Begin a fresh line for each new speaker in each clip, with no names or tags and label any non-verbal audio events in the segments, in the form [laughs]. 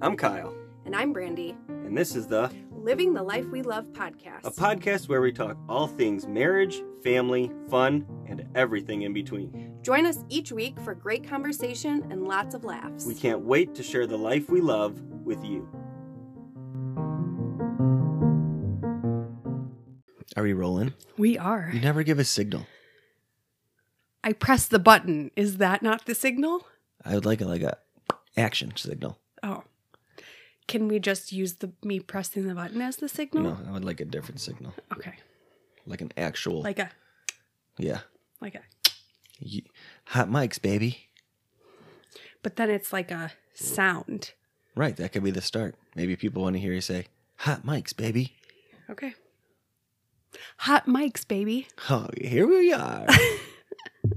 I'm Kyle,
And I'm Brandy,
and this is the
Living the Life We Love podcast.
a podcast where we talk all things marriage, family, fun, and everything in between.
Join us each week for great conversation and lots of laughs.
We can't wait to share the life we love with you.
Are we rolling?
We are.
You never give a signal.
I press the button. Is that not the signal?
I would like a like a action signal.
Oh. Can we just use the me pressing the button as the signal?
No, I would like a different signal,
Okay.
like an actual.
Like a
yeah,
like a
Ye- hot mics, baby.
but then it's like a sound.
Right, that could be the start. Maybe people want to hear you say "hot mics, baby."
Okay. Hot mics, baby.
Oh, here we are.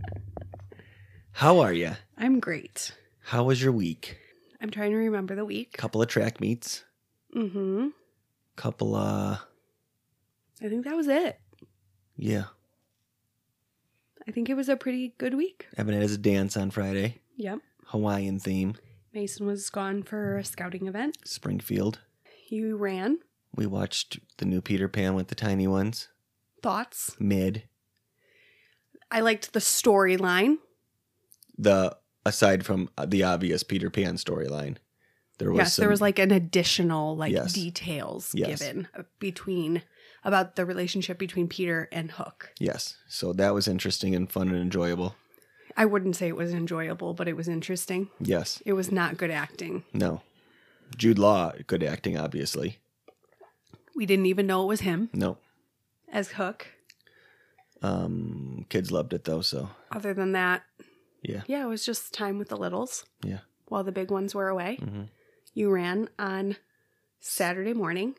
[laughs]
How are you?
I'm great.
How was your week?
I'm trying to remember the week.
Couple of track meets.
Mm-hmm.
Couple of
I think that was it.
yeah.
I think it was a pretty good week.
Evan has a dance on Friday.
Yep.
Hawaiian theme.
Mason was gone for a scouting event.
Springfield.
You ran.
We watched the new Peter Pan with the tiny ones.
Thoughts?
Mid.
I liked the storyline.
the aside from uh, the obvious Peter Pan storyline, there was
Yes, there
some-
was like an additional like
Yes.
details
Yes.
given uh, between about the relationship between Peter and Hook.
yes, so that was interesting and fun and enjoyable.
I wouldn't say it was enjoyable, but it was interesting.
Yes,
It was not good acting.
no, Jude Law good acting obviously.
We didn't even know it was him
No,
as Hook.
um, kids loved it though. So
Other than that,
Yeah.
Yeah, it was just time with the littles.
Yeah.
While the big ones were away.
mm-hmm.
You ran on Saturday morning.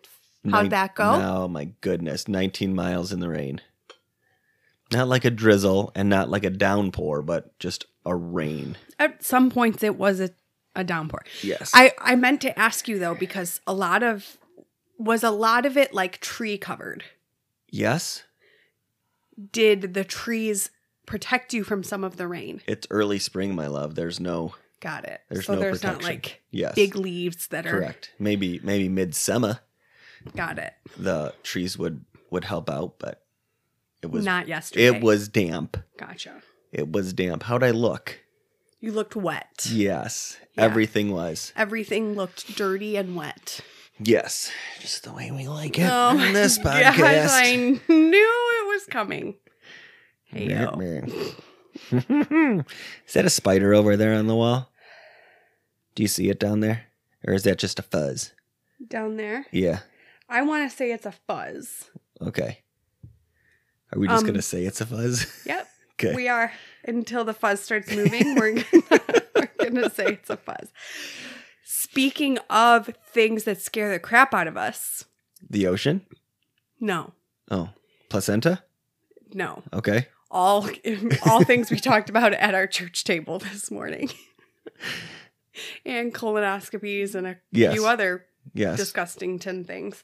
How'd that go?
Oh my goodness, nineteen miles in the rain. Not like a drizzle and not like a downpour, but just a rain.
At some points it was a, a downpour.
Yes,
I, I meant to ask you though, because a lot of was a lot of it like tree covered.
yes.
Did the trees protect you from some of the rain?
It's early spring, my love. There's no
Got it.
There's
so
no
there's not
protection.
like
yes.
big leaves that are
correct. Maybe maybe midsummer.
got it.
the trees would would help out, but it was
not yesterday.
it was damp.
gotcha.
It was damp. How'd I look?
You looked wet.
Yes,
Yeah.
everything was
Everything looked dirty and wet.
yes, just the way we like it
Oh
on this
my [laughs] gosh, I
podcast.
knew it was coming. Hey, yo.
[laughs] is that a spider over there on the wall? Do you see it down there, or is that just a fuzz?
down there.
Yeah.
I want to say it's a fuzz.
Okay. Are we just
Um,
gonna say it's a fuzz? [laughs]
Yep.
Okay.
We are until the fuzz starts moving. We're gonna, [laughs] we're gonna say it's a fuzz. Speaking of things that scare the crap out of us,
the ocean.
no,
Oh, placenta.
no,
Okay.
all [laughs] all things we talked about at our church table this morning, [laughs] and colonoscopies and a
Yes.
few other
Yes.
disgusting tin things.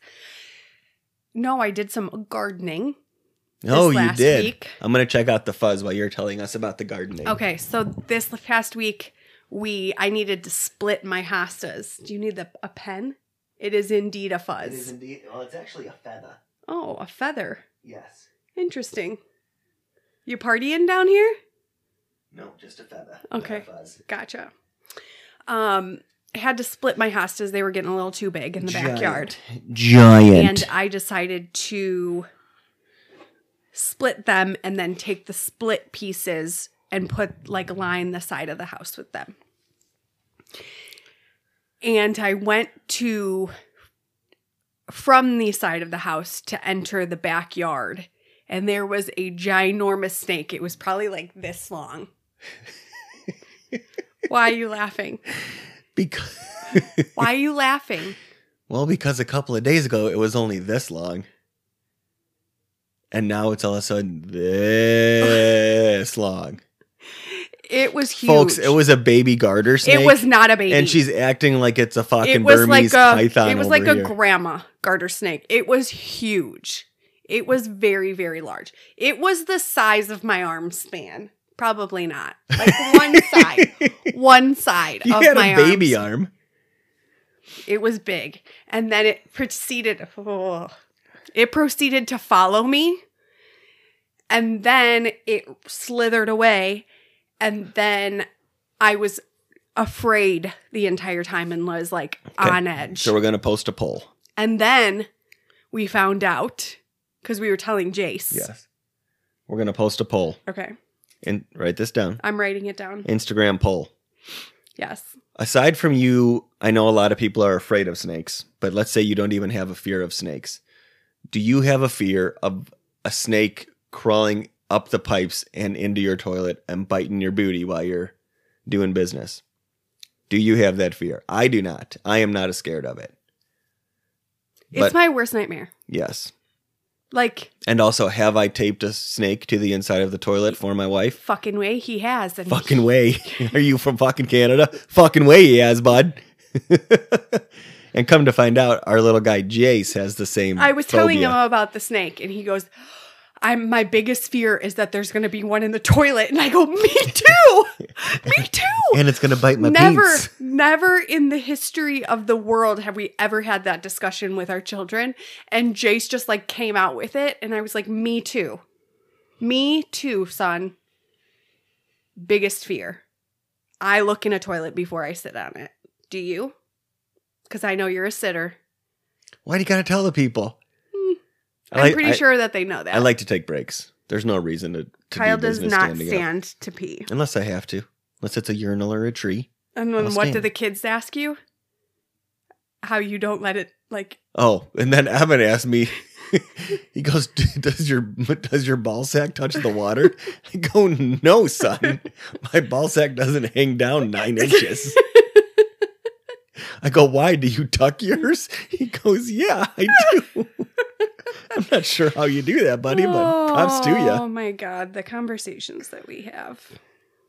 No, I did some gardening. this
oh, you
last
did.
Week.
I'm gonna check out the fuzz while you're telling us about the gardening.
Okay, so this past week we I needed to split my hostas. Do you need the, a pen? It is indeed a fuzz.
indeed. Well, it's actually a feather.
oh, a feather.
Yes.
Interesting. You partying down here?
No, just a feather.
not a Okay.
fuzz.
Gotcha. Um, I had to split my hostas. They were getting a little too big in the backyard,
Giant.
and I decided to split them and then take the split pieces and put like line the side of the house with them. and I went to from the side of the house to enter the backyard, and there was a ginormous snake. It was probably like this long. Why are you laughing?
because
Why are you laughing?
[laughs] well, because a couple of days ago it was only this long, and now it's all of a sudden
[laughs]
this long,
It was huge.
folks. It was a baby garter snake.
It was not a baby.
And she's acting like it's a
it
fucking
was
Burmese
like a
python.
it was
over
like
here. [laughs]
a grandma garter snake. It was huge. It was very very large. It was the size of my arm span. Probably not.
[laughs]
Like one side. one side
you
of
had
my
a baby
arms.
arm.
It was big. And then it proceeded oh, it proceeded to follow me. And then it slithered away. And then I was afraid the entire time and was like
Okay.
on edge.
So we're going to post a poll.
and then we found out because we were telling Jace.
We're going to post a poll
Okay.
and write this down.
I'm writing it down.
Instagram poll.
Yes.
Aside from you, I know a lot of people are afraid of snakes, but let's say you don't even have a fear of snakes. Do you have a fear of a snake crawling up the pipes and into your toilet and biting your booty while you're doing business? Do you have that fear? I do not. I am not as scared of it.
it's
But-
my worst nightmare.
Yes.
Like
And also, have I taped a snake to the inside of the toilet for my wife?
fucking way he has and
Fucking way. Are you from fucking Canada? Fucking way he has, bud. [laughs] and come to find out, our little guy Jace has the same.
I was telling
phobia.
him about the snake, and he goes, "I'm my biggest fear is that there's going to be one in the toilet." And I go, "Me
[laughs]
too, me too."
And it's going to bite my
oh, never,
penis.
never in the history of the world have we ever had that discussion with our children. And Jace just like came out with it, and I was like, "Me too, me too, son." Biggest fear. I look in a toilet before I sit on it. Do you? Because I know you're a sitter.
Why do you got to tell the people? I
I'm
like-
pretty
I-
sure that they know that.
I like to take breaks. There's no reason to. to
Kyle
do
does
business
not
standing up.
stand to pee.
Unless I have to. Unless it's a urinal or a tree.
And
I'll
then what do
stand.
the kids ask you? How you don't let it like
Oh, and then Evan asked me. [laughs] he goes, "Does your does your ball sack touch the water?" I go, "No, son. My ball sack doesn't hang down nine inches." I go, "Why do you tuck yours?" He goes, "Yeah, I do." [laughs] I'm not sure how you do that, buddy, but props to you.
Oh my god, the conversations that we have.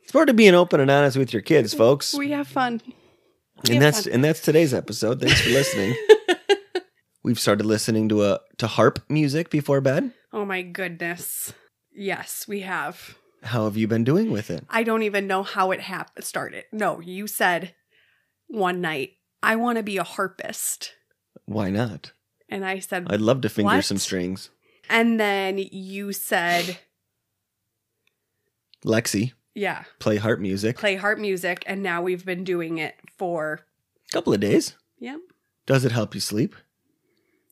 It's part of being open and honest with your kids, folks.
We have fun. we
and
have
that's and that's today's episode. Thanks for listening. We've started listening to a to harp music before bed.
[laughs] Oh my goodness. Yes, we have.
How have you been doing with it?
I don't even know how it happened started. No, you said one night, I want to be a harpist.
Why not?
And I said,
I'd love to finger
What?
some strings.
and then you said,
Lexi,
yeah,
play harp music.
play harp music. And now we've been doing it for
Couple of days.
Yeah.
Does it help you sleep?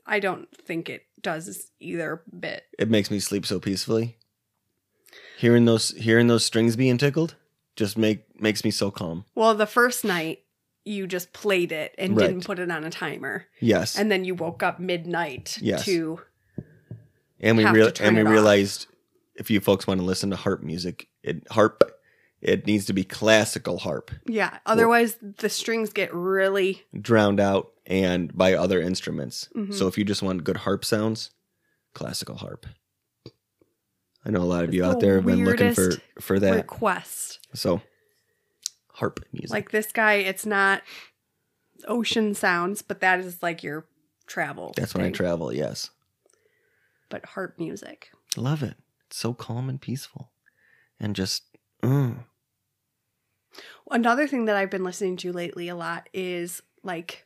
I don't think it does either bit.
It makes me sleep so peacefully. Hearing those hearing those strings being tickled just make makes me so calm.
Well, the first night you just played it and
Right.
didn't put it on a timer,
Yes. And,
and then you woke up midnight
Yes.
to
we
have
real
to turn
and we
it off.
realized if you folks want to listen to harp music, it harp it needs to be classical harp,
yeah. Otherwise, the strings get really
drowned out and by other instruments.
Mhm.
So if you just want good harp sounds, classical harp. I know a lot of you
It's
out
the
there have been looking for
weirdest
for that.
request.
So harp music.
Like this guy, it's not ocean sounds, but that is like your travel.
that's when I
thing,
travel, yes.
But harp music.
Love it. It's so calm and peaceful. And just mm,
Another thing that I've been listening to lately a lot is like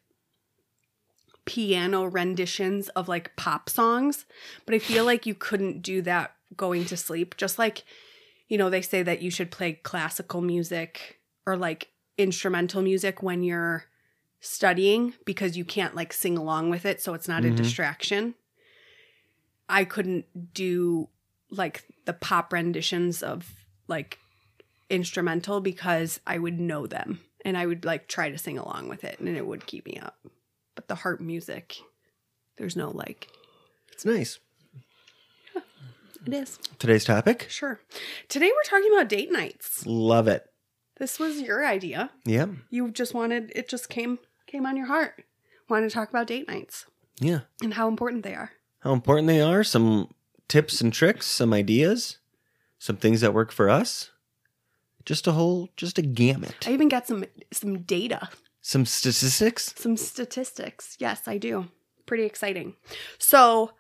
piano renditions of like pop songs, but I feel like you couldn't do that going to sleep. Just like, you know, they say that you should play classical music or like instrumental music when you're studying because you can't like sing along with it, so it's not
Mhm.
a distraction. I couldn't do like the pop renditions of like instrumental because I would know them and I would like try to sing along with it and it would keep me up. But the harp music, there's no like.
it's nice.
It is.
Today's topic?
Sure. Today we're talking about date nights.
Love it.
This was your idea.
Yeah.
You just wanted it just came came on your heart. Wanted to talk about date nights
Yeah.
and how important they are.
How important they are, some tips and tricks, some ideas, some things that work for us. Just a whole just a gamut.
I even got some some data,
Some statistics?
some statistics. Yes, I do. Pretty exciting. So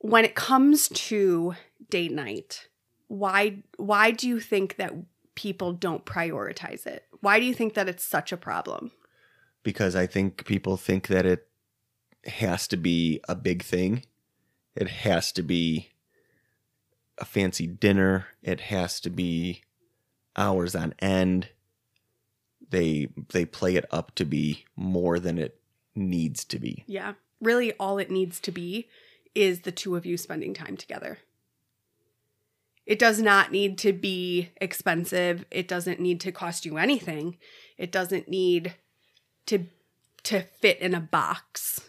when it comes to date night, why why do you think that people don't prioritize it? Why do you think that it's such a problem?
because I think people think that it has to be a big thing. It has to be a fancy dinner. It has to be hours on end. They they play it up to be more than it needs to be.
Yeah. Really, all it needs to be is the two of you spending time together. It does not need to be expensive. It doesn't need to cost you anything. It doesn't need to to fit in a box.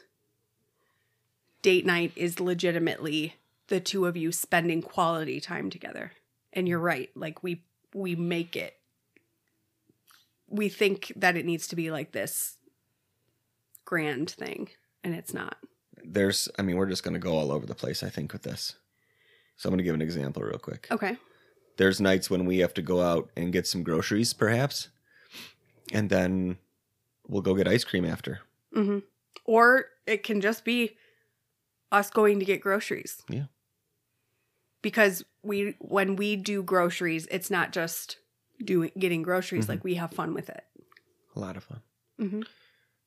Date night is legitimately the two of you spending quality time together. And you're right. Like we we make it we think that it needs to be like this grand thing and it's not.
There's I mean, we're just gonna go all over the place, I think, with this. So I'm gonna give an example real quick.
Okay.
there's nights when we have to go out and get some groceries perhaps and then we'll go get ice cream after
Mhm. Or it can just be us going to get groceries.
Yeah.
Because we when we do groceries, it's not just doing getting groceries
Mhm.
like we have fun with it.
a lot of fun
Mhm.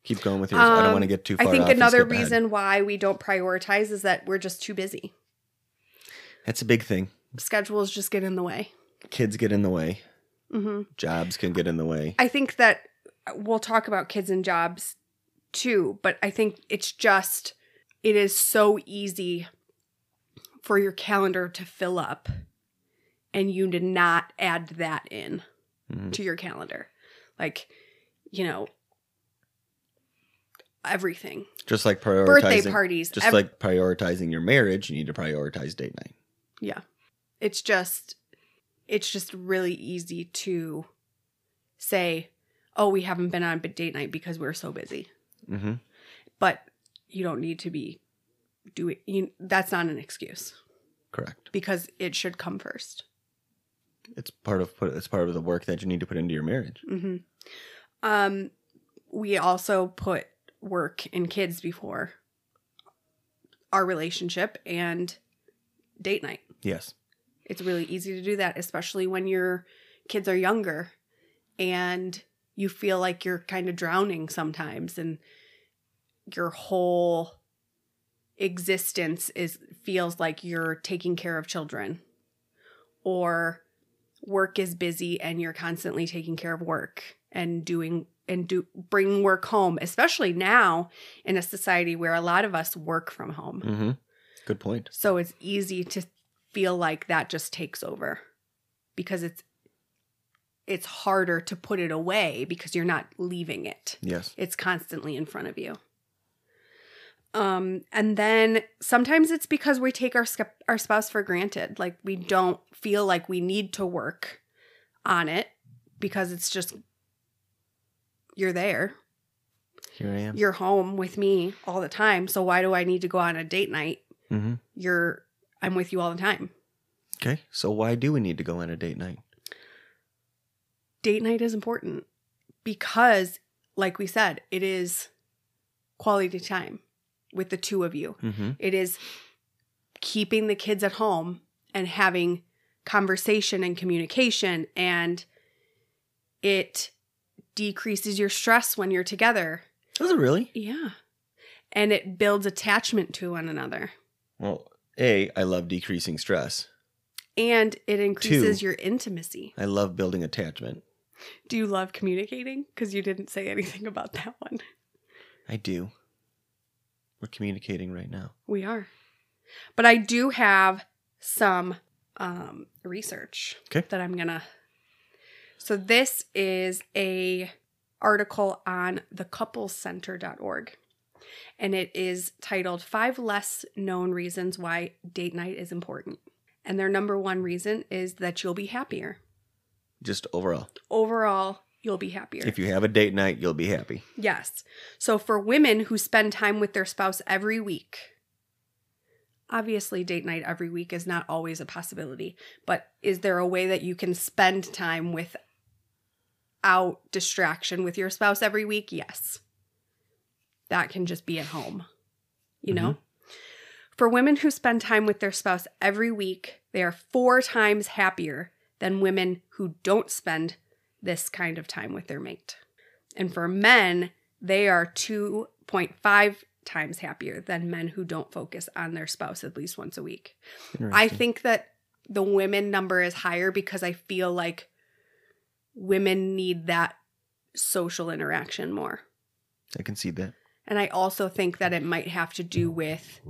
keep going with yours i don't
Um,
want to get too
I
far
think
off and
another
skip ahead.
reason why we don't prioritize is that we're just too busy.
that's a big thing
Schedules just get in the way.
kids get in the way
Mhm.
jobs can get in the way
I think that we'll talk about kids and jobs too, but I think it's just it is so easy for your calendar to fill up and you did not add that in
Mhm.
to your calendar. Like, you know, everything.
just like prioritizing
Birthday parties.
just
ev-
like prioritizing your marriage you need to prioritize date night
it's just it's just really easy to say, "Oh, we haven't been on date night because we're so busy."
mm-hmm.
but you don't need to be doing you, that's not an excuse
correct
because it should come 1st
it's part of put it's part of the work that you need to put into your marriage
mm-hmm. um we also put work and kids before our relationship and date night
yes
it's really easy to do that especially when your kids are younger and you feel like you're kind of drowning sometimes and your whole existence is feels like you're taking care of children or work is busy and you're constantly taking care of work and doing and do bringing work home especially now in a society where a lot of us work from home
mm-hmm. good point
so it's easy to feel like that just takes over because it's it's harder to put it away because you're not leaving it.
yes
It's constantly in front of you. Um and then sometimes it's because we take our sc- our spouse for granted. Like we don't feel like we need to work on it because it's just you're there
here i am
you're home with me all the time. So why do I need to go on a date night?
Mhm.
You're I'm with you all the time.
okay so why do we need to go on a date night
Date night is important because like we said, it is quality time with the two of you.
mm-hmm.
It is keeping the kids at home and having conversation and communication and it decreases your stress when you're together.
does it really
Yeah. And it builds attachment to one another.
Well, A, I love decreasing stress.
and it increases
Two.
your intimacy.
I love building attachment.
Do you love communicating? Because you didn't say anything about that one.
I do. We're communicating right now.
We are. But I do have some um, research
Okay.
that I'm gonna. So this is a article on thecouplescenter.org, and it is titled Five Less Known Reasons Why Date Night is Important." And their number one reason is that you'll be happier.
Just overall.
Overall, you'll be happier.
If you have a date night, you'll be happy.
Yes. So for women who spend time with their spouse every week, obviously date night every week is not always a possibility, but is there a way that you can spend time without distraction with your spouse every week? Yes. That can just be at home, you know? For women who spend time with their spouse every week, they are four times happier than women who don't spend this kind of time with their mate. And for men, they are 2.5 times happier than men who don't focus on their spouse at least once a week. I
Interesting.
think that the women number is higher because I feel like women need that social interaction more.
I can see that.
And I also think that it might have to do with,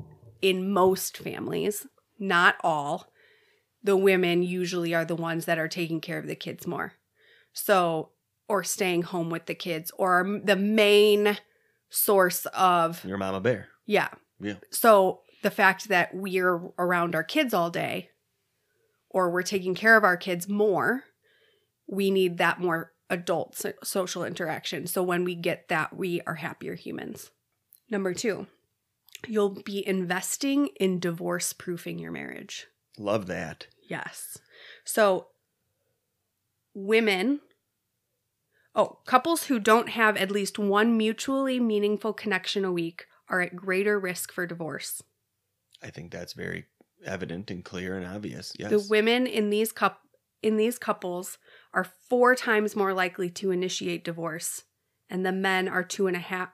in most families, not all, the women usually are the ones that are taking care of the kids more. So, or staying home with the kids, or are the main source of,
Your mama bear.
yeah.
Yeah.
So the fact that we're around our kids all day, or we're taking care of our kids more, we need that more adult so- social interaction. So when we get that, we are happier humans. Number two, you'll be investing in divorce proofing your marriage.
Love that.
Yes. So women Oh, couples who don't have at least one mutually meaningful connection a week are at greater risk for divorce.
I think that's very evident and clear and obvious. Yes.
The women in these cup in these couples are four times more likely to initiate divorce, and the men are two and a half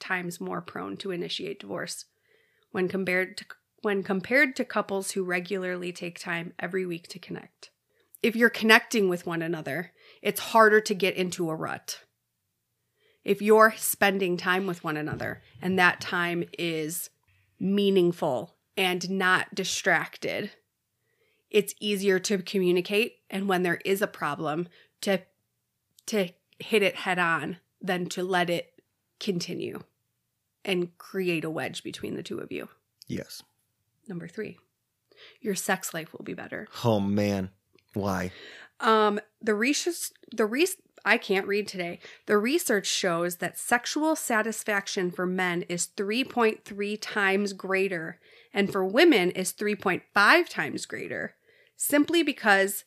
times more prone to initiate divorce when compared to when compared to couples who regularly take time every week to connect. If you're connecting with one another, it's harder to get into a rut. If you're spending time with one another and that time is meaningful and not distracted, it's easier to communicate and when there is a problem to to hit it head on than to let it continue and create a wedge between the two of you
yes.
number 3 your sex life will be better
Oh man. Why?
um the research the res I can't read today. The research shows that sexual satisfaction for men is 3.3 times greater and for women is 3.5 times greater simply because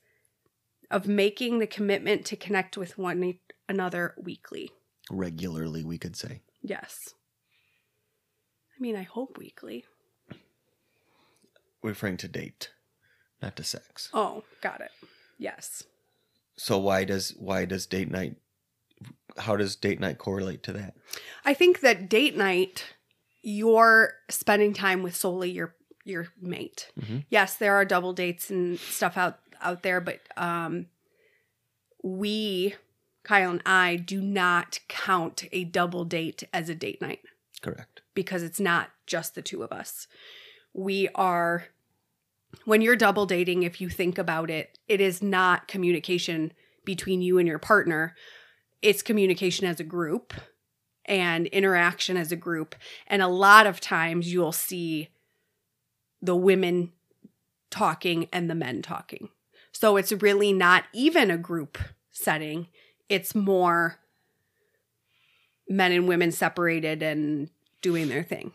of making the commitment to connect with one e- another weekly.
Regularly, we could say.
Yes. I mean, I hope weekly.
Referring to date, not to sex.
Oh, got it. Yes.
So why does why does date night how does date night correlate to that?
I think that date night, you're spending time with solely your your mate.
Mhm.
Yes, there are double dates and stuff out out there, but um, we, Kyle and I, do not count a double date as a date night
Correct.
because it's not just the two of us. We are, when you're double dating, if you think about it, it is not communication between you and your partner, it's communication as a group and interaction as a group. And a lot of times you'll see the women talking and the men talking. So it's really not even a group setting, it's more men and women separated and doing their thing.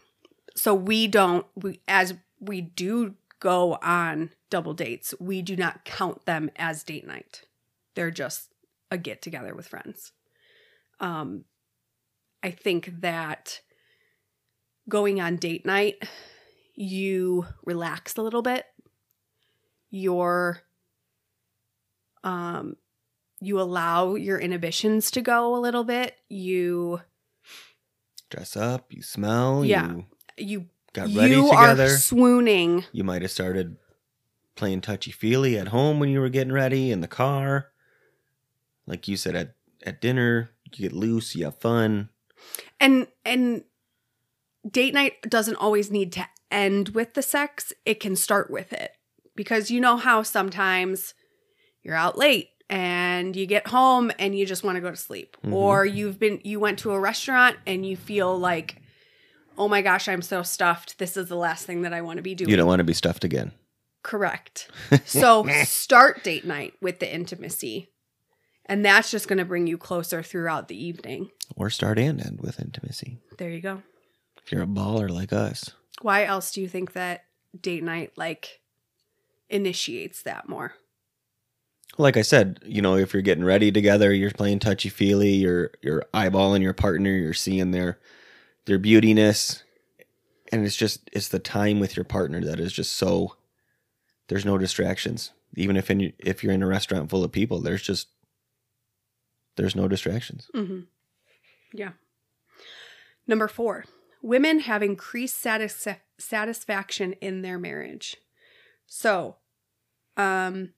So we don't we as we do go on double dates, we do not count them as date night. They're just a get together with friends. Um I think that going on date night, you relax a little bit. You're um you allow your inhibitions to go a little bit. You
Dress up, you smell,
Yeah.
you
you
got ready
you
together.
are swooning.
you might have started playing touchy feely at home when you were getting ready in the car. Like you said at at dinner, you get loose, you have fun.
and and date night doesn't always need to end with the sex it can start with it because you know how sometimes you're out late and you get home and you just want to go to sleep
Mhm.
or you've been you went to a restaurant and you feel like oh my gosh i'm so stuffed this is the last thing that i want to be doing
You don't want to be stuffed again. [laughs]
Correct. So start date night with the intimacy. And that's just going to bring you closer throughout the evening.
Or start and end with intimacy.
There you go.
If you're a baller like us.
Why else do you think that date night like initiates that more?
Like I said, you know, if you're getting ready together, you're playing touchy feely, you're you're eyeballing your partner, you're seeing their their beautiness. And it's just it's the time with your partner that is just so there's no distractions. Even if in if you're in a restaurant full of people, there's just there's no distractions.
Mm-hmm. Yeah. Number four, women have increased satis- satisfaction in their marriage. So, um,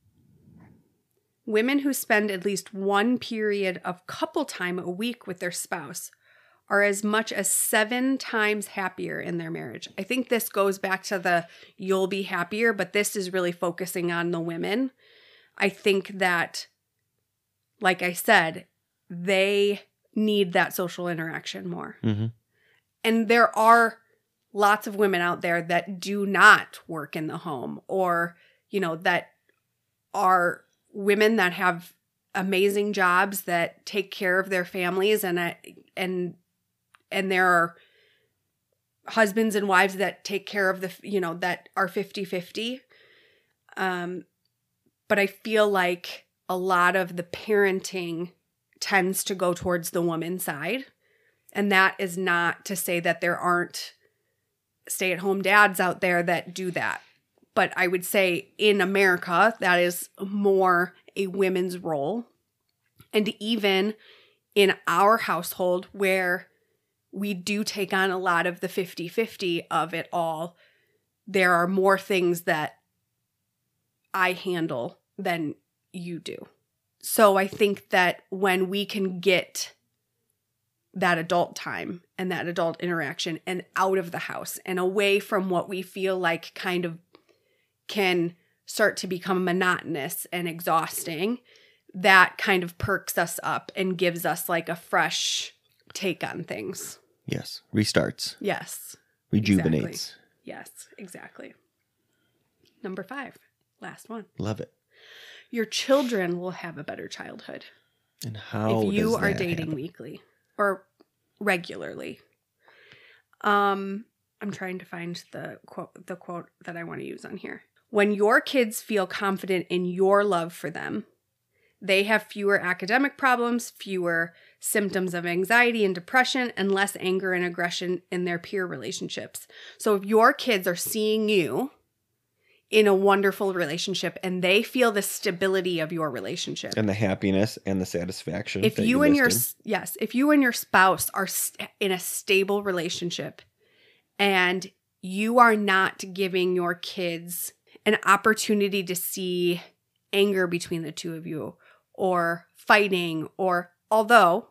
women who spend at least one period of couple time a week with their spouse are as much as seven times happier in their marriage. I think this goes back to the you'll be happier, but this is really focusing on the women. I think that, like I said, they need that social interaction more.
Mhm.
And there are lots of women out there that do not work in the home or, you know, that are women that have amazing jobs that take care of their families and I- and and there are husbands and wives that take care of the f- you know that are 50-50 um but i feel like a lot of the parenting tends to go towards the woman side and that is not to say that there aren't stay-at-home dads out there that do that but i would say in america that is more a women's role and even in our household where we do take on a lot of the 50 50 of it all, there are more things that I handle than you do. So I think that when we can get that adult time and that adult interaction and out of the house and away from what we feel like kind of can start to become monotonous and exhausting, that kind of perks us up and gives us like a fresh take on things.
Yes. Restarts.
Yes.
Rejuvenates.
Yes, exactly. Number five, last one.
Love it.
Your children will have a better childhood
And how
if you
does
are
that
dating
happen?
weekly or regularly. Um, I'm trying to find the quote the quote that I want to use on here. When your kids feel confident in your love for them, they have fewer academic problems, fewer symptoms of anxiety and depression, and less anger and aggression in their peer relationships. So if your kids are seeing you in a wonderful relationship and they feel the stability of your relationship
and the happiness and the satisfaction.
if
that
you and your
listed.
s- yes if you and your spouse are st- in a stable relationship and you are not giving your kids an opportunity to see anger between the two of you or fighting or although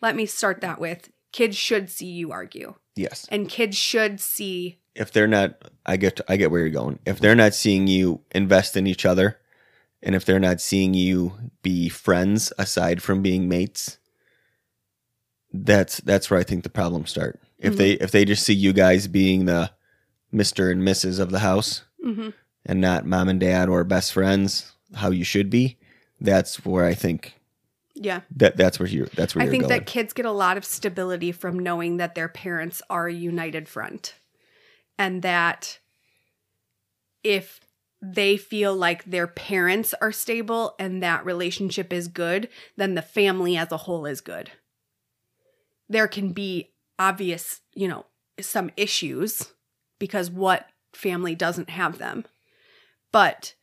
let me start that with kids should see you argue
yes,
and kids should see
if they're not, I get I get where you're going. If they're not seeing you invest in each other, and if they're not seeing you be friends aside from being mates, that's that's where I think the problems start. If they
Mm-hmm.
if they just see you guys being the Mister and Mrs. of the house
mm-hmm.
and not mom and dad or best friends, how you should be, that's where I think
yeah
that that's where you that's where
I
you're
think
going.
that kids get a lot of stability from knowing that their parents are a united front and that if they feel like their parents are stable and that relationship is good, then the family as a whole is good. There can be obvious, you know, some issues because what family doesn't have them. But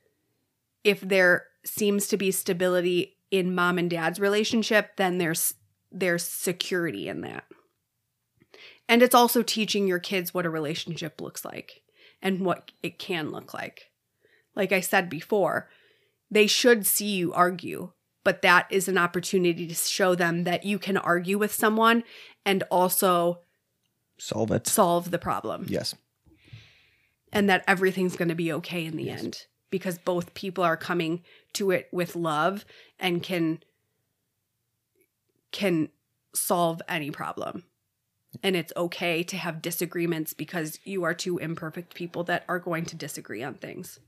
if there seems to be stability in mom and dad's relationship, then there's there's security in that. And it's also teaching your kids what a relationship looks like and what it can look like. Like I said before, they should see you argue, but that is an opportunity to show them that you can argue with someone and also
Solve it.
solve the problem
yes.
and that everything's going to be okay in the
Yes.
end because both people are coming to it with love and can can solve any problem and it's okay to have disagreements because you are two imperfect people that are going to disagree on things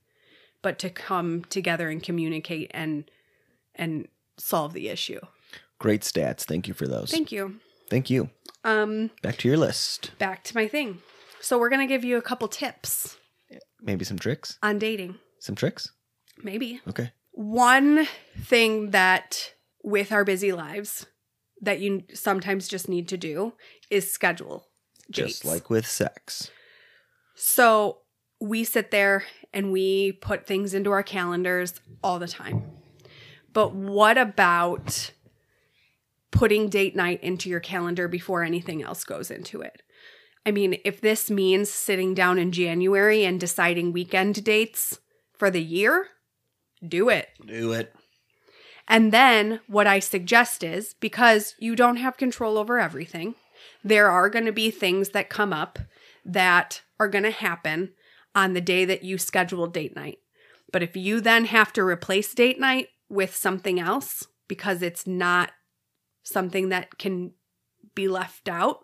but to come together and communicate and and solve the issue
Great stats. Thank you for those.
thank you
Thank you.
um
Back to your list.
back to my thing so we're going to give you a couple tips
Maybe some tricks.
on dating
Some tricks.
maybe
Okay.
one thing that with our busy lives that you sometimes just need to do is schedule dates.
Just like with sex.
so we sit there and we put things into our calendars all the time but what about putting date night into your calendar before anything else goes into it. I mean, if this means sitting down in January and deciding weekend dates for the year, do it.
Do it.
And then what I suggest is because you don't have control over everything, there are going to be things that come up that are going to happen on the day that you schedule date night. But if you then have to replace date night with something else because it's not something that can be left out,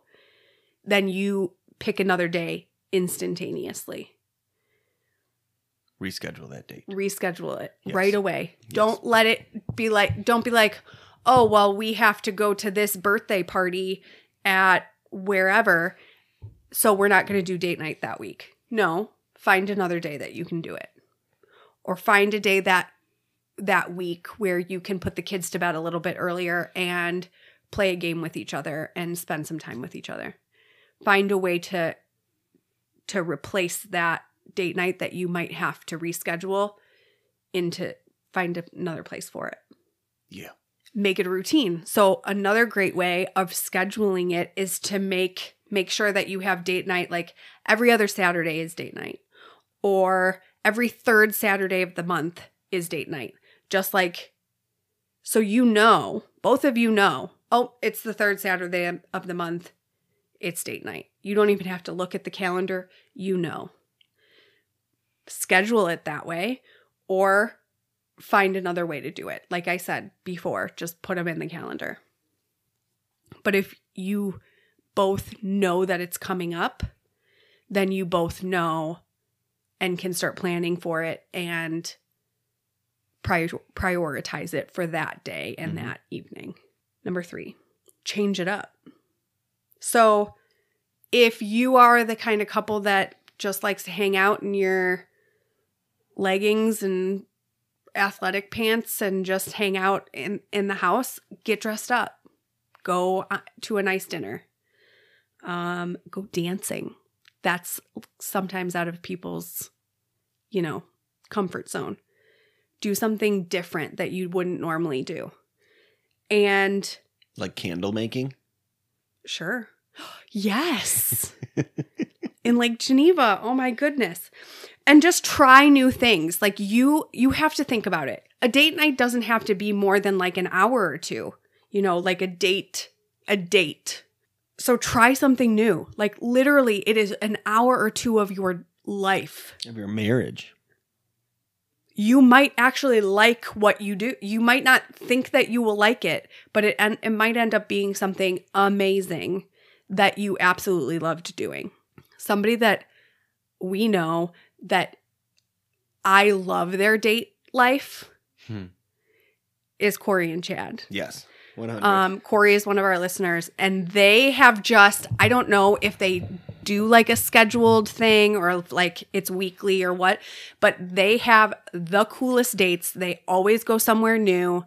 then you pick another day instantaneously.
Reschedule that date.
reschedule it
Yes.
right away.
Yes.
Don't let it be like don't be like, "Oh, well, we have to go to this birthday party at wherever, so we're not going to do date night that week." No, find another day that you can do it. Or find a day that that week where you can put the kids to bed a little bit earlier and play a game with each other and spend some time with each other. Find a way to to replace that date night that you might have to reschedule into find another place for it.
Yeah.
Make it a routine. So another great way of scheduling it is to make make sure that you have date night like every other Saturday is date night or every third Saturday of the month is date night. Just like so you know, both of you know, oh, it's the third Saturday of the month. It's date night. You don't even have to look at the calendar. You know schedule it that way or find another way to do it. Like I said before, just put them in the calendar. But if you both know that it's coming up, then you both know and can start planning for it and prior- prioritize it for that day and
Mhm.
that evening. Number three, change it up. So if you are the kind of couple that just likes to hang out in your leggings and athletic pants and just hang out in in the house, get dressed up. Go uh, to a nice dinner. Um go dancing. That's sometimes out of people's you know, comfort zone. Do something different that you wouldn't normally do. And
Like candle making.
Sure. Yes. [laughs] In Lake Geneva. Oh my goodness. And just try new things. Like you you have to think about it. A date night doesn't have to be more than like an hour or two. You know, like a date, a date. So try something new. Like literally it is an hour or two of your life.
Of your marriage.
You might actually like what you do. You might not think that you will like it, but it and it might end up being something amazing that you absolutely loved doing. Somebody that we know that I love their date life
Hmm.
is Corey and Chad.
Yes. 100.
Um, Corey is one of our listeners, and they have just, I don't know if they do like a scheduled thing or if, like it's weekly or what, but they have the coolest dates. They always go somewhere new,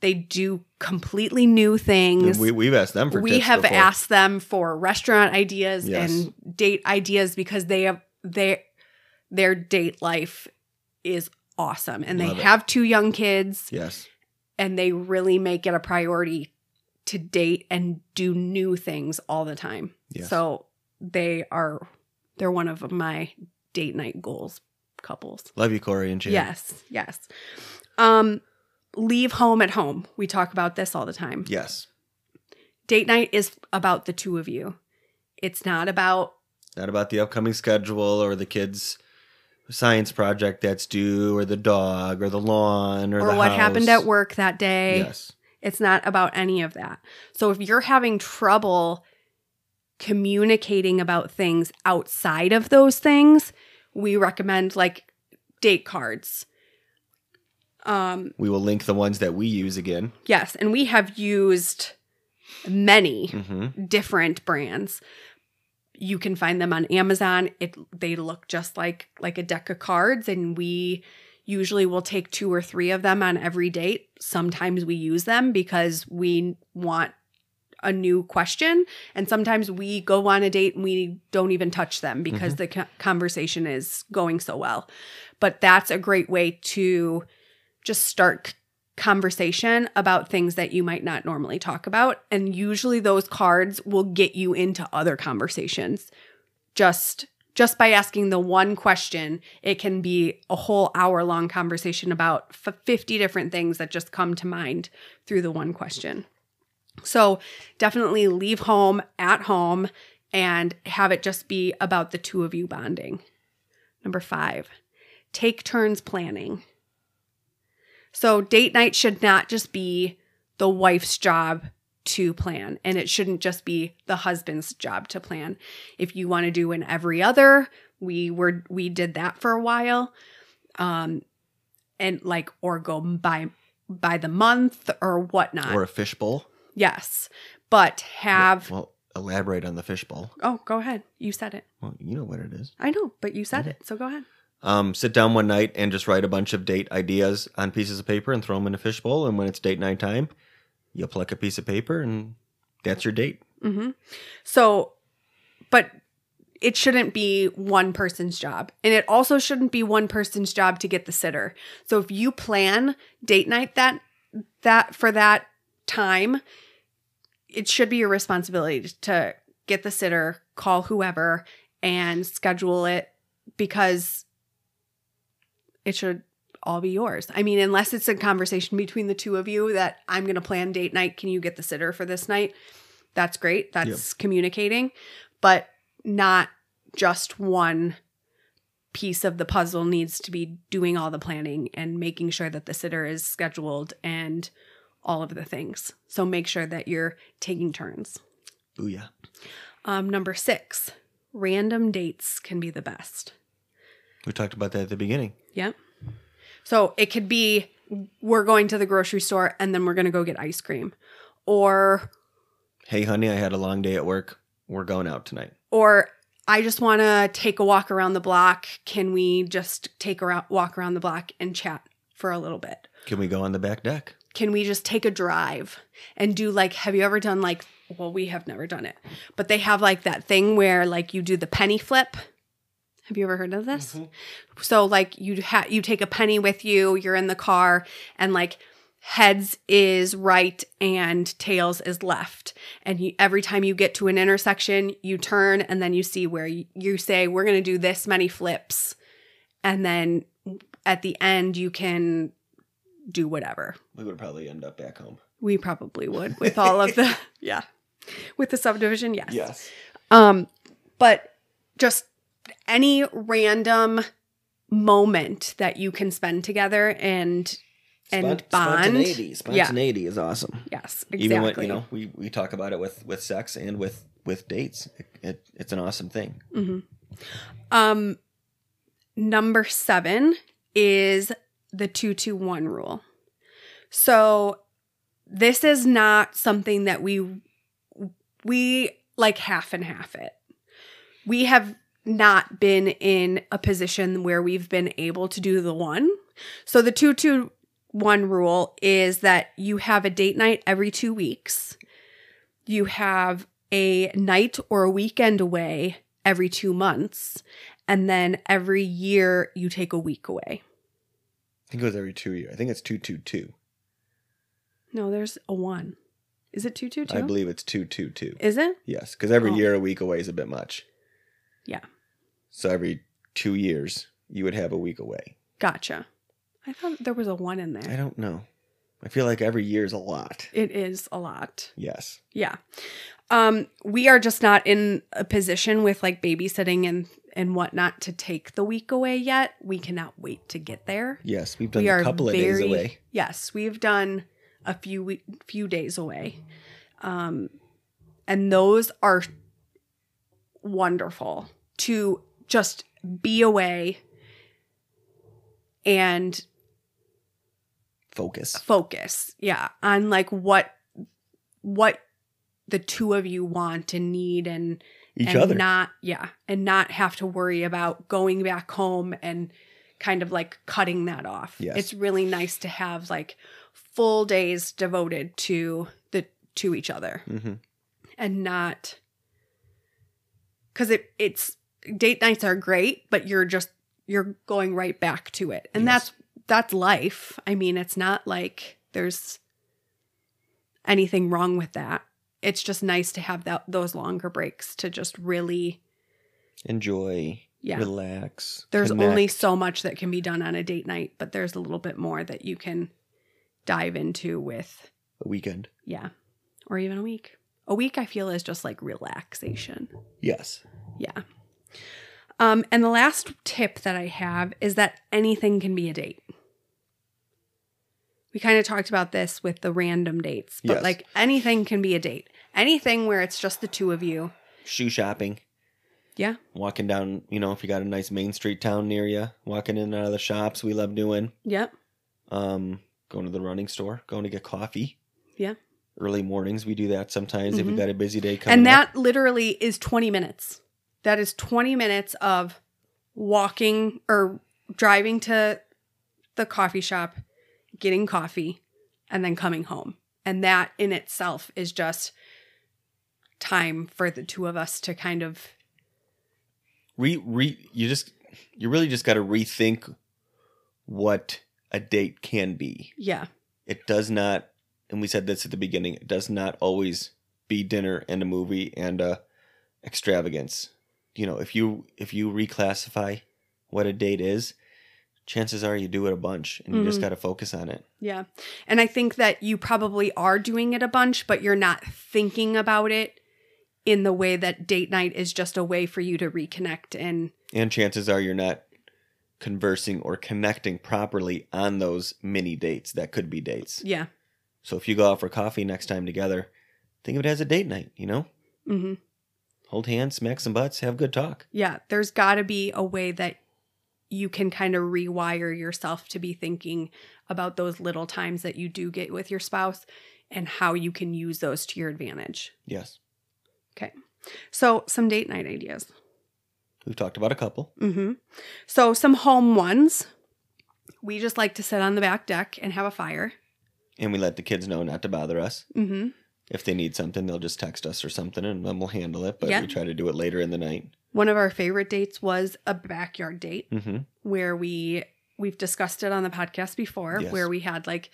they do completely new
And
things.
we, we've asked them for
We
tips
have
before.
asked them for restaurant ideas
Yes.
and date ideas because they have their their date life is awesome and
Love
they
it.
have two young kids
Yes.
and they really make it a priority to date and do new things all the time.
Yes.
So they are they're one of my date night goals couples.
Love you, Corey and Chad.
Yes, yes. Um leave home at home. We talk about this all the time.
Yes.
Date night is about the two of you. It's not about
Not about the upcoming schedule or the kids' science project that's due or the dog or the lawn or,
or,
the
what
house.
happened at work that day.
Yes.
It's not about any of that. So if you're having trouble communicating about things outside of those things, we recommend like date cards. Um
We will link the ones that we use again.
yes, and we have used many
Mm-hmm.
different brands. You can find them on Amazon. It they look just like like a deck of cards and we usually will take two or three of them on every date. Sometimes we use them because we want a new question and sometimes we go on a date and we don't even touch them because the co- conversation is going so well. But that's a great way to just start c- conversation about things that you might not normally talk about. And usually those cards will get you into other conversations. Just just by asking the one question, it can be a whole hour long conversation about f- 50 different things that just come to mind through the one question. So definitely leave home at home and have it just be about the two of you bonding. Number five, take turns planning. So date night should not just be the wife's job to plan and it shouldn't just be the husband's job to plan. If you want to do an every other, we were we did that for a while. Um and like or go by by the month or whatnot.
or a fishbowl.
Yes. But have
Well, elaborate on the fishbowl.
Oh, go ahead. You said it.
Well, you know what it is.
I know, but you said it. So go ahead.
Um, sit down one night and just write a bunch of date ideas on pieces of paper and throw them in a fishbowl. And when it's date night time, you pluck a piece of paper and that's your date.
Mhm. So but it shouldn't be one person's job. And it also shouldn't be one person's job to get the sitter. So if you plan date night that that for that time, it should be your responsibility to get the sitter, call whoever and schedule it because it should all be yours. I mean, unless it's a conversation between the two of you that I'm going to plan date night, can you get the sitter for this night? That's great. That's communicating, but not just one piece of the puzzle needs to be doing all the planning and making sure that the sitter is scheduled and all of the things. So make sure that you're taking turns.
Booyah.
Um, number six, random dates can be the best.
We talked about that at the beginning.
Yep. So it could be we're going to the grocery store and then we're going to go get ice cream or
Hey, honey, I had a long day at work. We're going out tonight.
or I just want to take a walk around the block. Can we just take a ro- walk around the block and chat for a little bit?
Can we go on the back deck?
Can we just take a drive and do like, have you ever done like, well, we have never done it, but they have like that thing where like you do the penny flip. Have you ever heard of this?
Mm-hmm.
So like you ha- you take a penny with you, you're in the car and like heads is right and tails is left. And you, every time you get to an intersection, you turn and then you see where you, you say we're going to do this many flips. And then at the end you can do whatever.
We would probably end up back home.
We probably would with all of the yeah. With the subdivision, yes.
Yes.
Um, but just any random moment that you can spend together and and bond.
Spontaneity.
Yeah.
Spontaneity is awesome.
Yes,
Even when
exactly.
you know, we, we talk about it with with sex and with with dates. It, it, it's an awesome thing.
Mhm. Um, number seven is the two to one rule. So this is not something that we we like half and half it. We have not been in a position where we've been able to do the one. So the two to one rule is that you have a date night every two weeks. You have a night or a weekend away every two months. And then every year you take a week away.
I think it was every two years. I think it's two two two.
No, there's a one. Is it two two two?
I believe it's two two two.
Is it?
Yes, because every
Oh.
year a week away is a bit much.
Yeah.
So every two years you would have a week away.
Gotcha. I thought there was a one in
I
there.
don't know. I feel like every year is a lot.
It is a lot.
Yes.
Yeah. Um, we are just not in a position with like babysitting and and whatnot to take the week away yet. We cannot wait to get there.
Yes, we've done a couple of days away.
Yes, we've done a few we- few days away, um, and those are wonderful to just be away and
Focus.
focus yeah on like what what the two of you want and need and
Each
and
other.
not yeah and not have to worry about going back home and kind of like cutting that off
Yes.
it's really nice to have like full days devoted to the to each other
hmm
and not because it it's date nights are great but you're just you're going right back to it and
Yes.
that's that's life i mean it's not like there's anything wrong with that. It's just nice to have that those longer breaks to just really
Enjoy.
yeah.
Relax.
There's only
connect.
so much that can be done on a date night, but there's a little bit more that you can dive into with
a weekend.
yeah, or even a week. A week I feel is just like relaxation.
Yes.
Yeah. Um, and the last tip that I have is that anything can be a date. We kind of talked about this with the random dates, but
Yes.
like anything can be a date. Anything where it's just the two of you.
Shoe shopping.
Yeah.
Walking down, you know, if you got a nice main street town near you, walking in and out of the shops we love doing.
Yep.
Um, going to the running store, going to get coffee.
Yeah.
Early mornings we do that sometimes if we
Mhm.
got a busy day coming.
And
up.
that literally is 20 minutes. That is 20 minutes of walking or driving to the coffee shop, getting coffee, and then coming home. And that in itself is just time for the two of us to kind of
re re you just you really just got to rethink what a date can be.
yeah,
It does not and we said this at the beginning, it does not always be dinner and a movie and a extravagance. You know, if you if you reclassify what a date is, chances are you do it a bunch and you just
Mhm.
got to focus on it.
yeah. And I think that you probably are doing it a bunch, but you're not thinking about it in the way that date night is just a way for you to reconnect and
And chances are you're not conversing or connecting properly on those mini dates that could be dates.
yeah.
So if you go out for coffee next time together, think of it as a date night, you know?
Mhm.
Hold hands, smack some butts, have good talk.
Yeah, there's got to be a way that you can kind of rewire yourself to be thinking about those little times that you do get with your spouse and how you can use those to your advantage.
Yes.
So, some date night ideas.
We've talked about a couple.
Mm-hmm. So, some home ones. We just like to sit on the back deck and have a fire.
And we let the kids know not to bother us.
Mm-hmm.
If they need something, they'll just text us or something and then we'll handle it. But
Yeah.
we try to do it later in the night.
One of our favorite dates was a backyard date.
Mm-hmm.
where we we've discussed it on the podcast before
Yes.
where we had like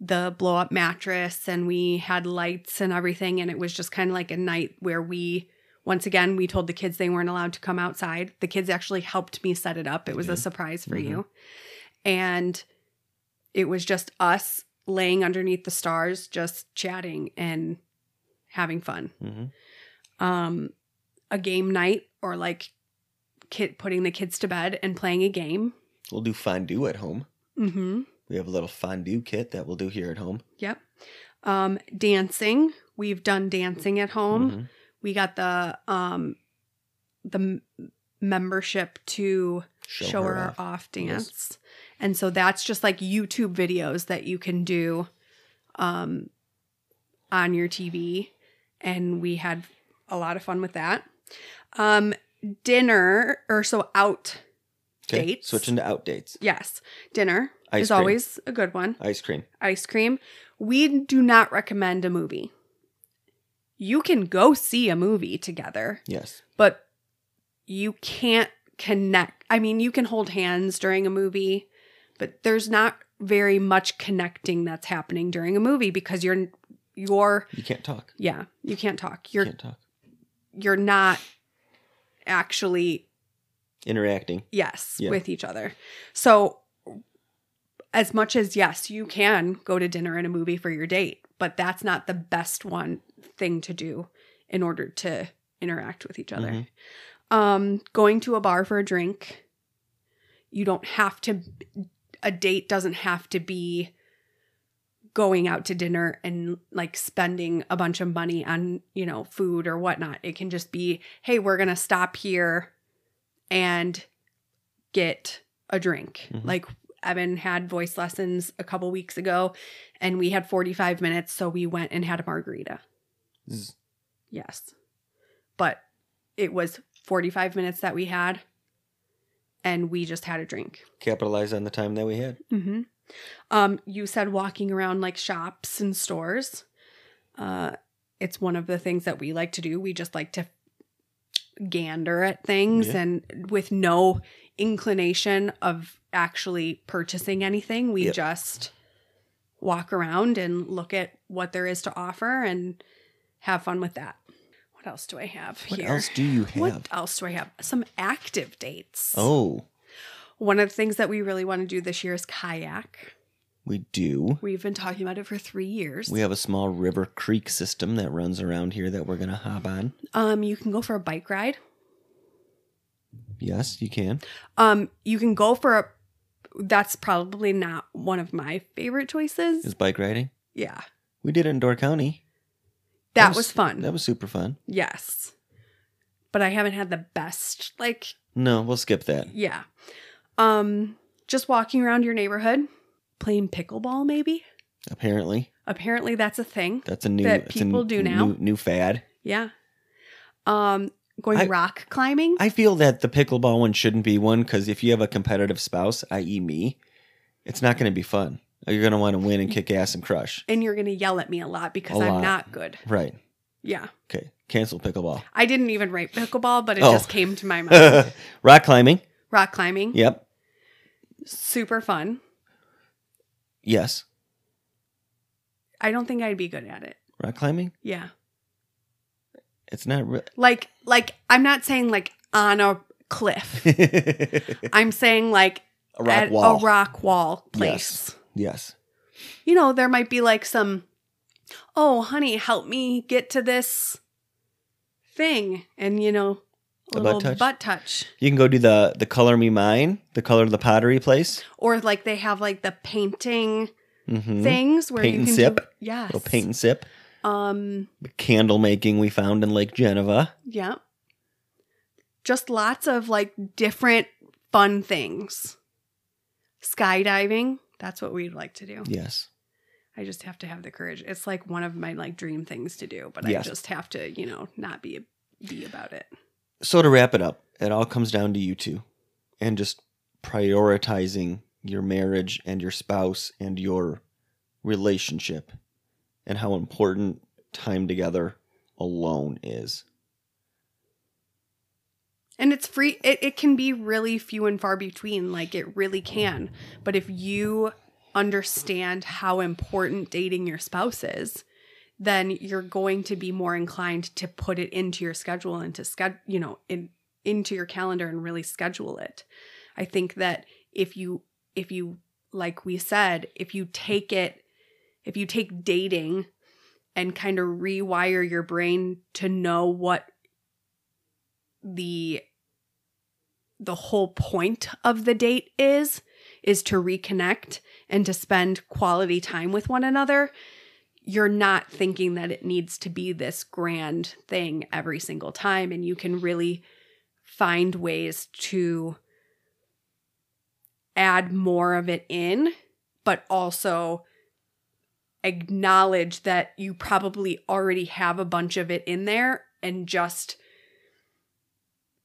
the blow up mattress and we had lights and everything and it was just kind of like a night where we once again we told the kids they weren't allowed to come outside the kids actually helped me set it up it was
Yeah.
a surprise for
Mhm.
you and it was just us laying underneath the stars just chatting and having fun
Mm-hmm.
um a game night or like kid putting the kids to bed and playing a game
We'll do fondue at home.
Mm-hmm.
We have a little fondue kit that we'll do here at home.
Yep. Um, dancing. We've done dancing at home.
Mhm.
We got the um, the m- membership to show, her, off,
Yes.
dance, and so that's just like YouTube videos that you can do, um, on your TV, and we had a lot of fun with that. Um, dinner or so out.
Okay.
Dates.
Switching to out dates.
Yes, dinner
Ice
is
cream.
always a good one.
Ice cream.
ice cream, we do not recommend a movie. You can go see a movie together,
Yes.
but you can't connect. I mean, you can hold hands during a movie, but there's not very much connecting that's happening during a movie because you're you're
You can't talk.
yeah, you can't talk.
You
You're
can't talk.
you're not actually
Interacting.
yes
Yeah.
with each other. So as much as yes, you can go to dinner and a movie for your date, but that's not the best one thing to do in order to interact with each other.
Mhm.
Um going to a bar for a drink. You don't have to a date doesn't have to be going out to dinner and like spending a bunch of money on, you know, food or whatnot. It can just be, hey, we're going to stop here and get a drink.
Mhm.
Like Evan had voice lessons a couple weeks ago and we had 45 minutes. So we went and had a margarita.
Zzz.
Yes. But it was 45 minutes that we had and we just had a drink.
Capitalize on the time that we had.
Mm-hmm. Um, you said walking around like shops and stores. Uh, it's one of the things that we like to do. We just like to gander at things
Yeah.
and with no inclination of actually purchasing anything. We
Yep.
just walk around and look at what there is to offer and have fun with that. What else do I have
What
here?
else do you have?
What else do I have? Some active dates.
Oh,
One of the things that we really want to do this year is kayak.
we do.
We've been talking about it for three years.
We have a small river creek system that runs around here that we're gonna hop on.
Um, you can go for a bike ride.
Yes, you can.
Um, you can go for a. That's probably not one of my favorite choices.
Is bike riding?
Yeah,
We did it in Door County.
that, was, fun.
That was super fun.
yes, but I haven't had the best. Like,
No, we'll skip that.
yeah, um, just walking around your neighborhood, playing pickleball, maybe.
Apparently,
Apparently, that's a thing.
that's a new
That
it's a
people do now?
New, new fad.
Yeah. Um, going
I-
rock climbing.
I feel that the pickleball one shouldn't be one because if you have a competitive spouse, i.e., me, it's not going to be fun. You're going to want to win and kick ass and crush.
and you're gonna yell at me a lot because
A
I'm
lot.
not good.
Right.
Yeah,
Okay. Cancel pickleball. [laughs]
I didn't even write pickleball, but it
Oh.
just
[laughs]
came to my mind.
Rock climbing.
rock climbing,
Yep.
super fun.
Yes.
I don't think I'd be good at it.
Rock climbing.
Yeah.
It's not [laughs]
Like like I'm not saying like on a
[laughs]
cliff.
re-
I'm saying like
a rock
at
wall.
a rock wall place.
Yes. Yes.
You know, there might be like some oh honey, help me get to this thing and you
A
know a
butt
little
touch?
butt touch.
You can go do the the color me mine, the color of the pottery place.
Or like they have like the painting
Mm-hmm.
things where
Paint
you
and
can do
sip.
yes.
Little paint and sip.
Um
Candle making we found in Lake Geneva.
yeah. Just lots of like different fun things. Skydiving, that's what we'd like to do.
Yes.
I just have to have the courage. It's like one of my like dream things to do, but
Yes.
I just have to, you know, not be be about it.
So to wrap it up, it all comes down to you two and just prioritizing your marriage and your spouse and your relationship and how important time together alone is.
And it's free it, it can be really few and far between, like it really can. But if you understand how important dating your spouse is, then you're going to be more inclined to put it into your schedule and to schedule, you know, in into your calendar and really schedule it. I think that if you if you like we said, if you take it if you take dating and kind of rewire your brain to know what the the whole point of the date is is to reconnect and to spend quality time with one another you're not thinking that it needs to be this grand thing every single time and you can really find ways to add more of it in but also acknowledge that you probably already have a bunch of it in there and just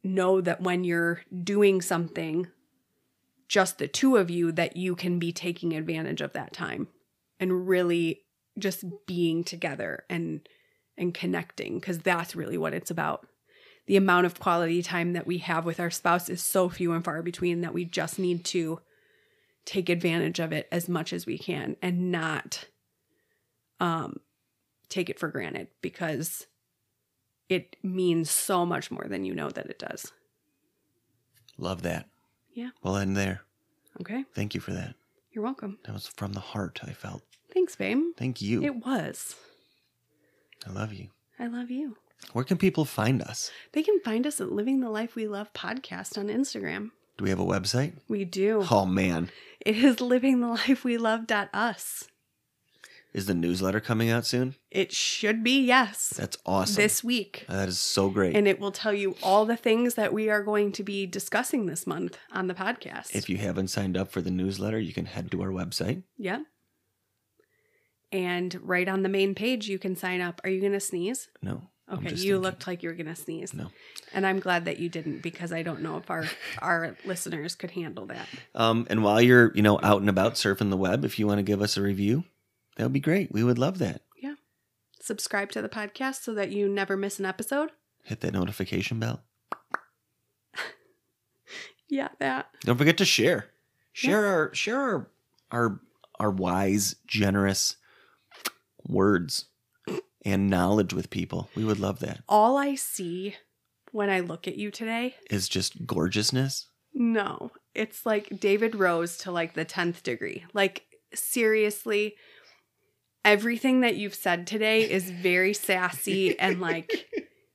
know that when you're doing something just the two of you that you can be taking advantage of that time and really just being together and and connecting because that's really what it's about the amount of quality time that we have with our spouse is so few and far between that we just need to take advantage of it as much as we can and not um take it for granted because it means so much more than you know that it does
Love that.
Yeah.
We'll end there.
okay
Thank you for that.
you're welcome
That was from the heart I felt.
thanks babe
Thank you.
it was
I love you.
i love you
Where can people find us?
They can find us at Living the Life We Love podcast on Instagram.
Do we have a website?
We do.
Oh man,
It is livingthelifewelove.us.
is the newsletter coming out soon?
It should be, yes,
That's awesome.
this week.
that is so great.
And it will tell you all the things that we are going to be discussing this month on the podcast.
if you haven't signed up for the newsletter, you can head to our website.
yeah. And right on the main page, you can sign up. Are you going to sneeze?
No. I'm
Okay, you
just thinking.
looked like you were going to sneeze.
No.
And I'm glad that you didn't because I don't know if our, [laughs] our listeners could handle that.
Um, and while you're, you know, out and about surfing the web, if you want to give us a review, that would be great. We would love that.
Subscribe to the podcast so that you never miss an episode.
Hit that notification bell.
Yeah, that.
Don't forget to share. Share our share our our are wise, generous words and knowledge with people. We would love that.
All I see when I look at you today,
Is just gorgeousness.
no, it's like David Rose to like the 10th degree. Like, seriously, everything that you've said today is
[laughs]
very sassy and like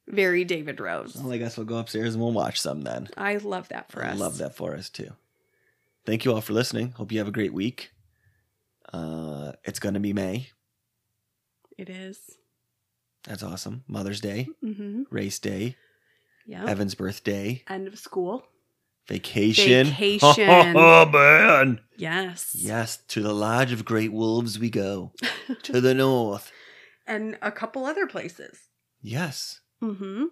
very David Rose.
Well, I guess we'll go upstairs and we'll watch some then.
I love that for
I
us.
love that for us too. Thank you all for listening. Hope you have a great week. Uh, it's gonna be May.
It is.
That's awesome. Mother's Day,
Mm-hmm.
race day,
Yeah.
Evan's birthday,
End of school.
vacation. [laughs]
[laughs] Vacation.
oh man!
Yes. [laughs]
Yes, to the lodge of great wolves we go. to the north.
And a couple other places.
Yes,
Mm-hmm.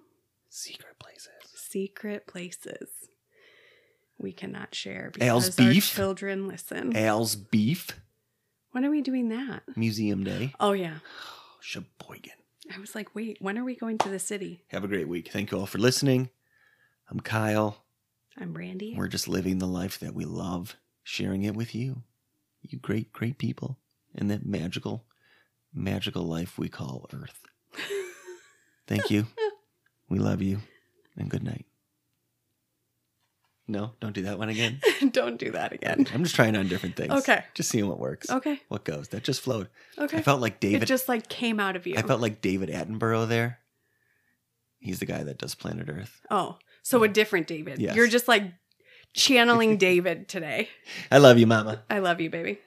secret places.
Secret places. We cannot share
Ale's
because our
beef.
children listen.
Al's Beef
when are we doing that?
Museum Day,
Oh yeah.
Sheboygan.
I was like, wait, when are we going to the city?
Have a great week. Thank you all for listening. I'm Kyle.
I'm Randy.
We're just living the life that we love, sharing it with you, you great, great people, in that magical, magical life we call Earth. Thank you. we love you, and good night. No, don't do that one
[laughs]
again.
[laughs] Don't do that again.
I'm just trying on different things.
Okay.
Just seeing what works.
Okay.
What goes. That just flowed.
Okay.
I felt like David.
it just like came out of you.
I felt like David Attenborough there. He's the guy that does Planet Earth.
oh, so a different David.
Yes. [laughs]
You're just like channeling David today.
I love you, Mama.
I love you, baby.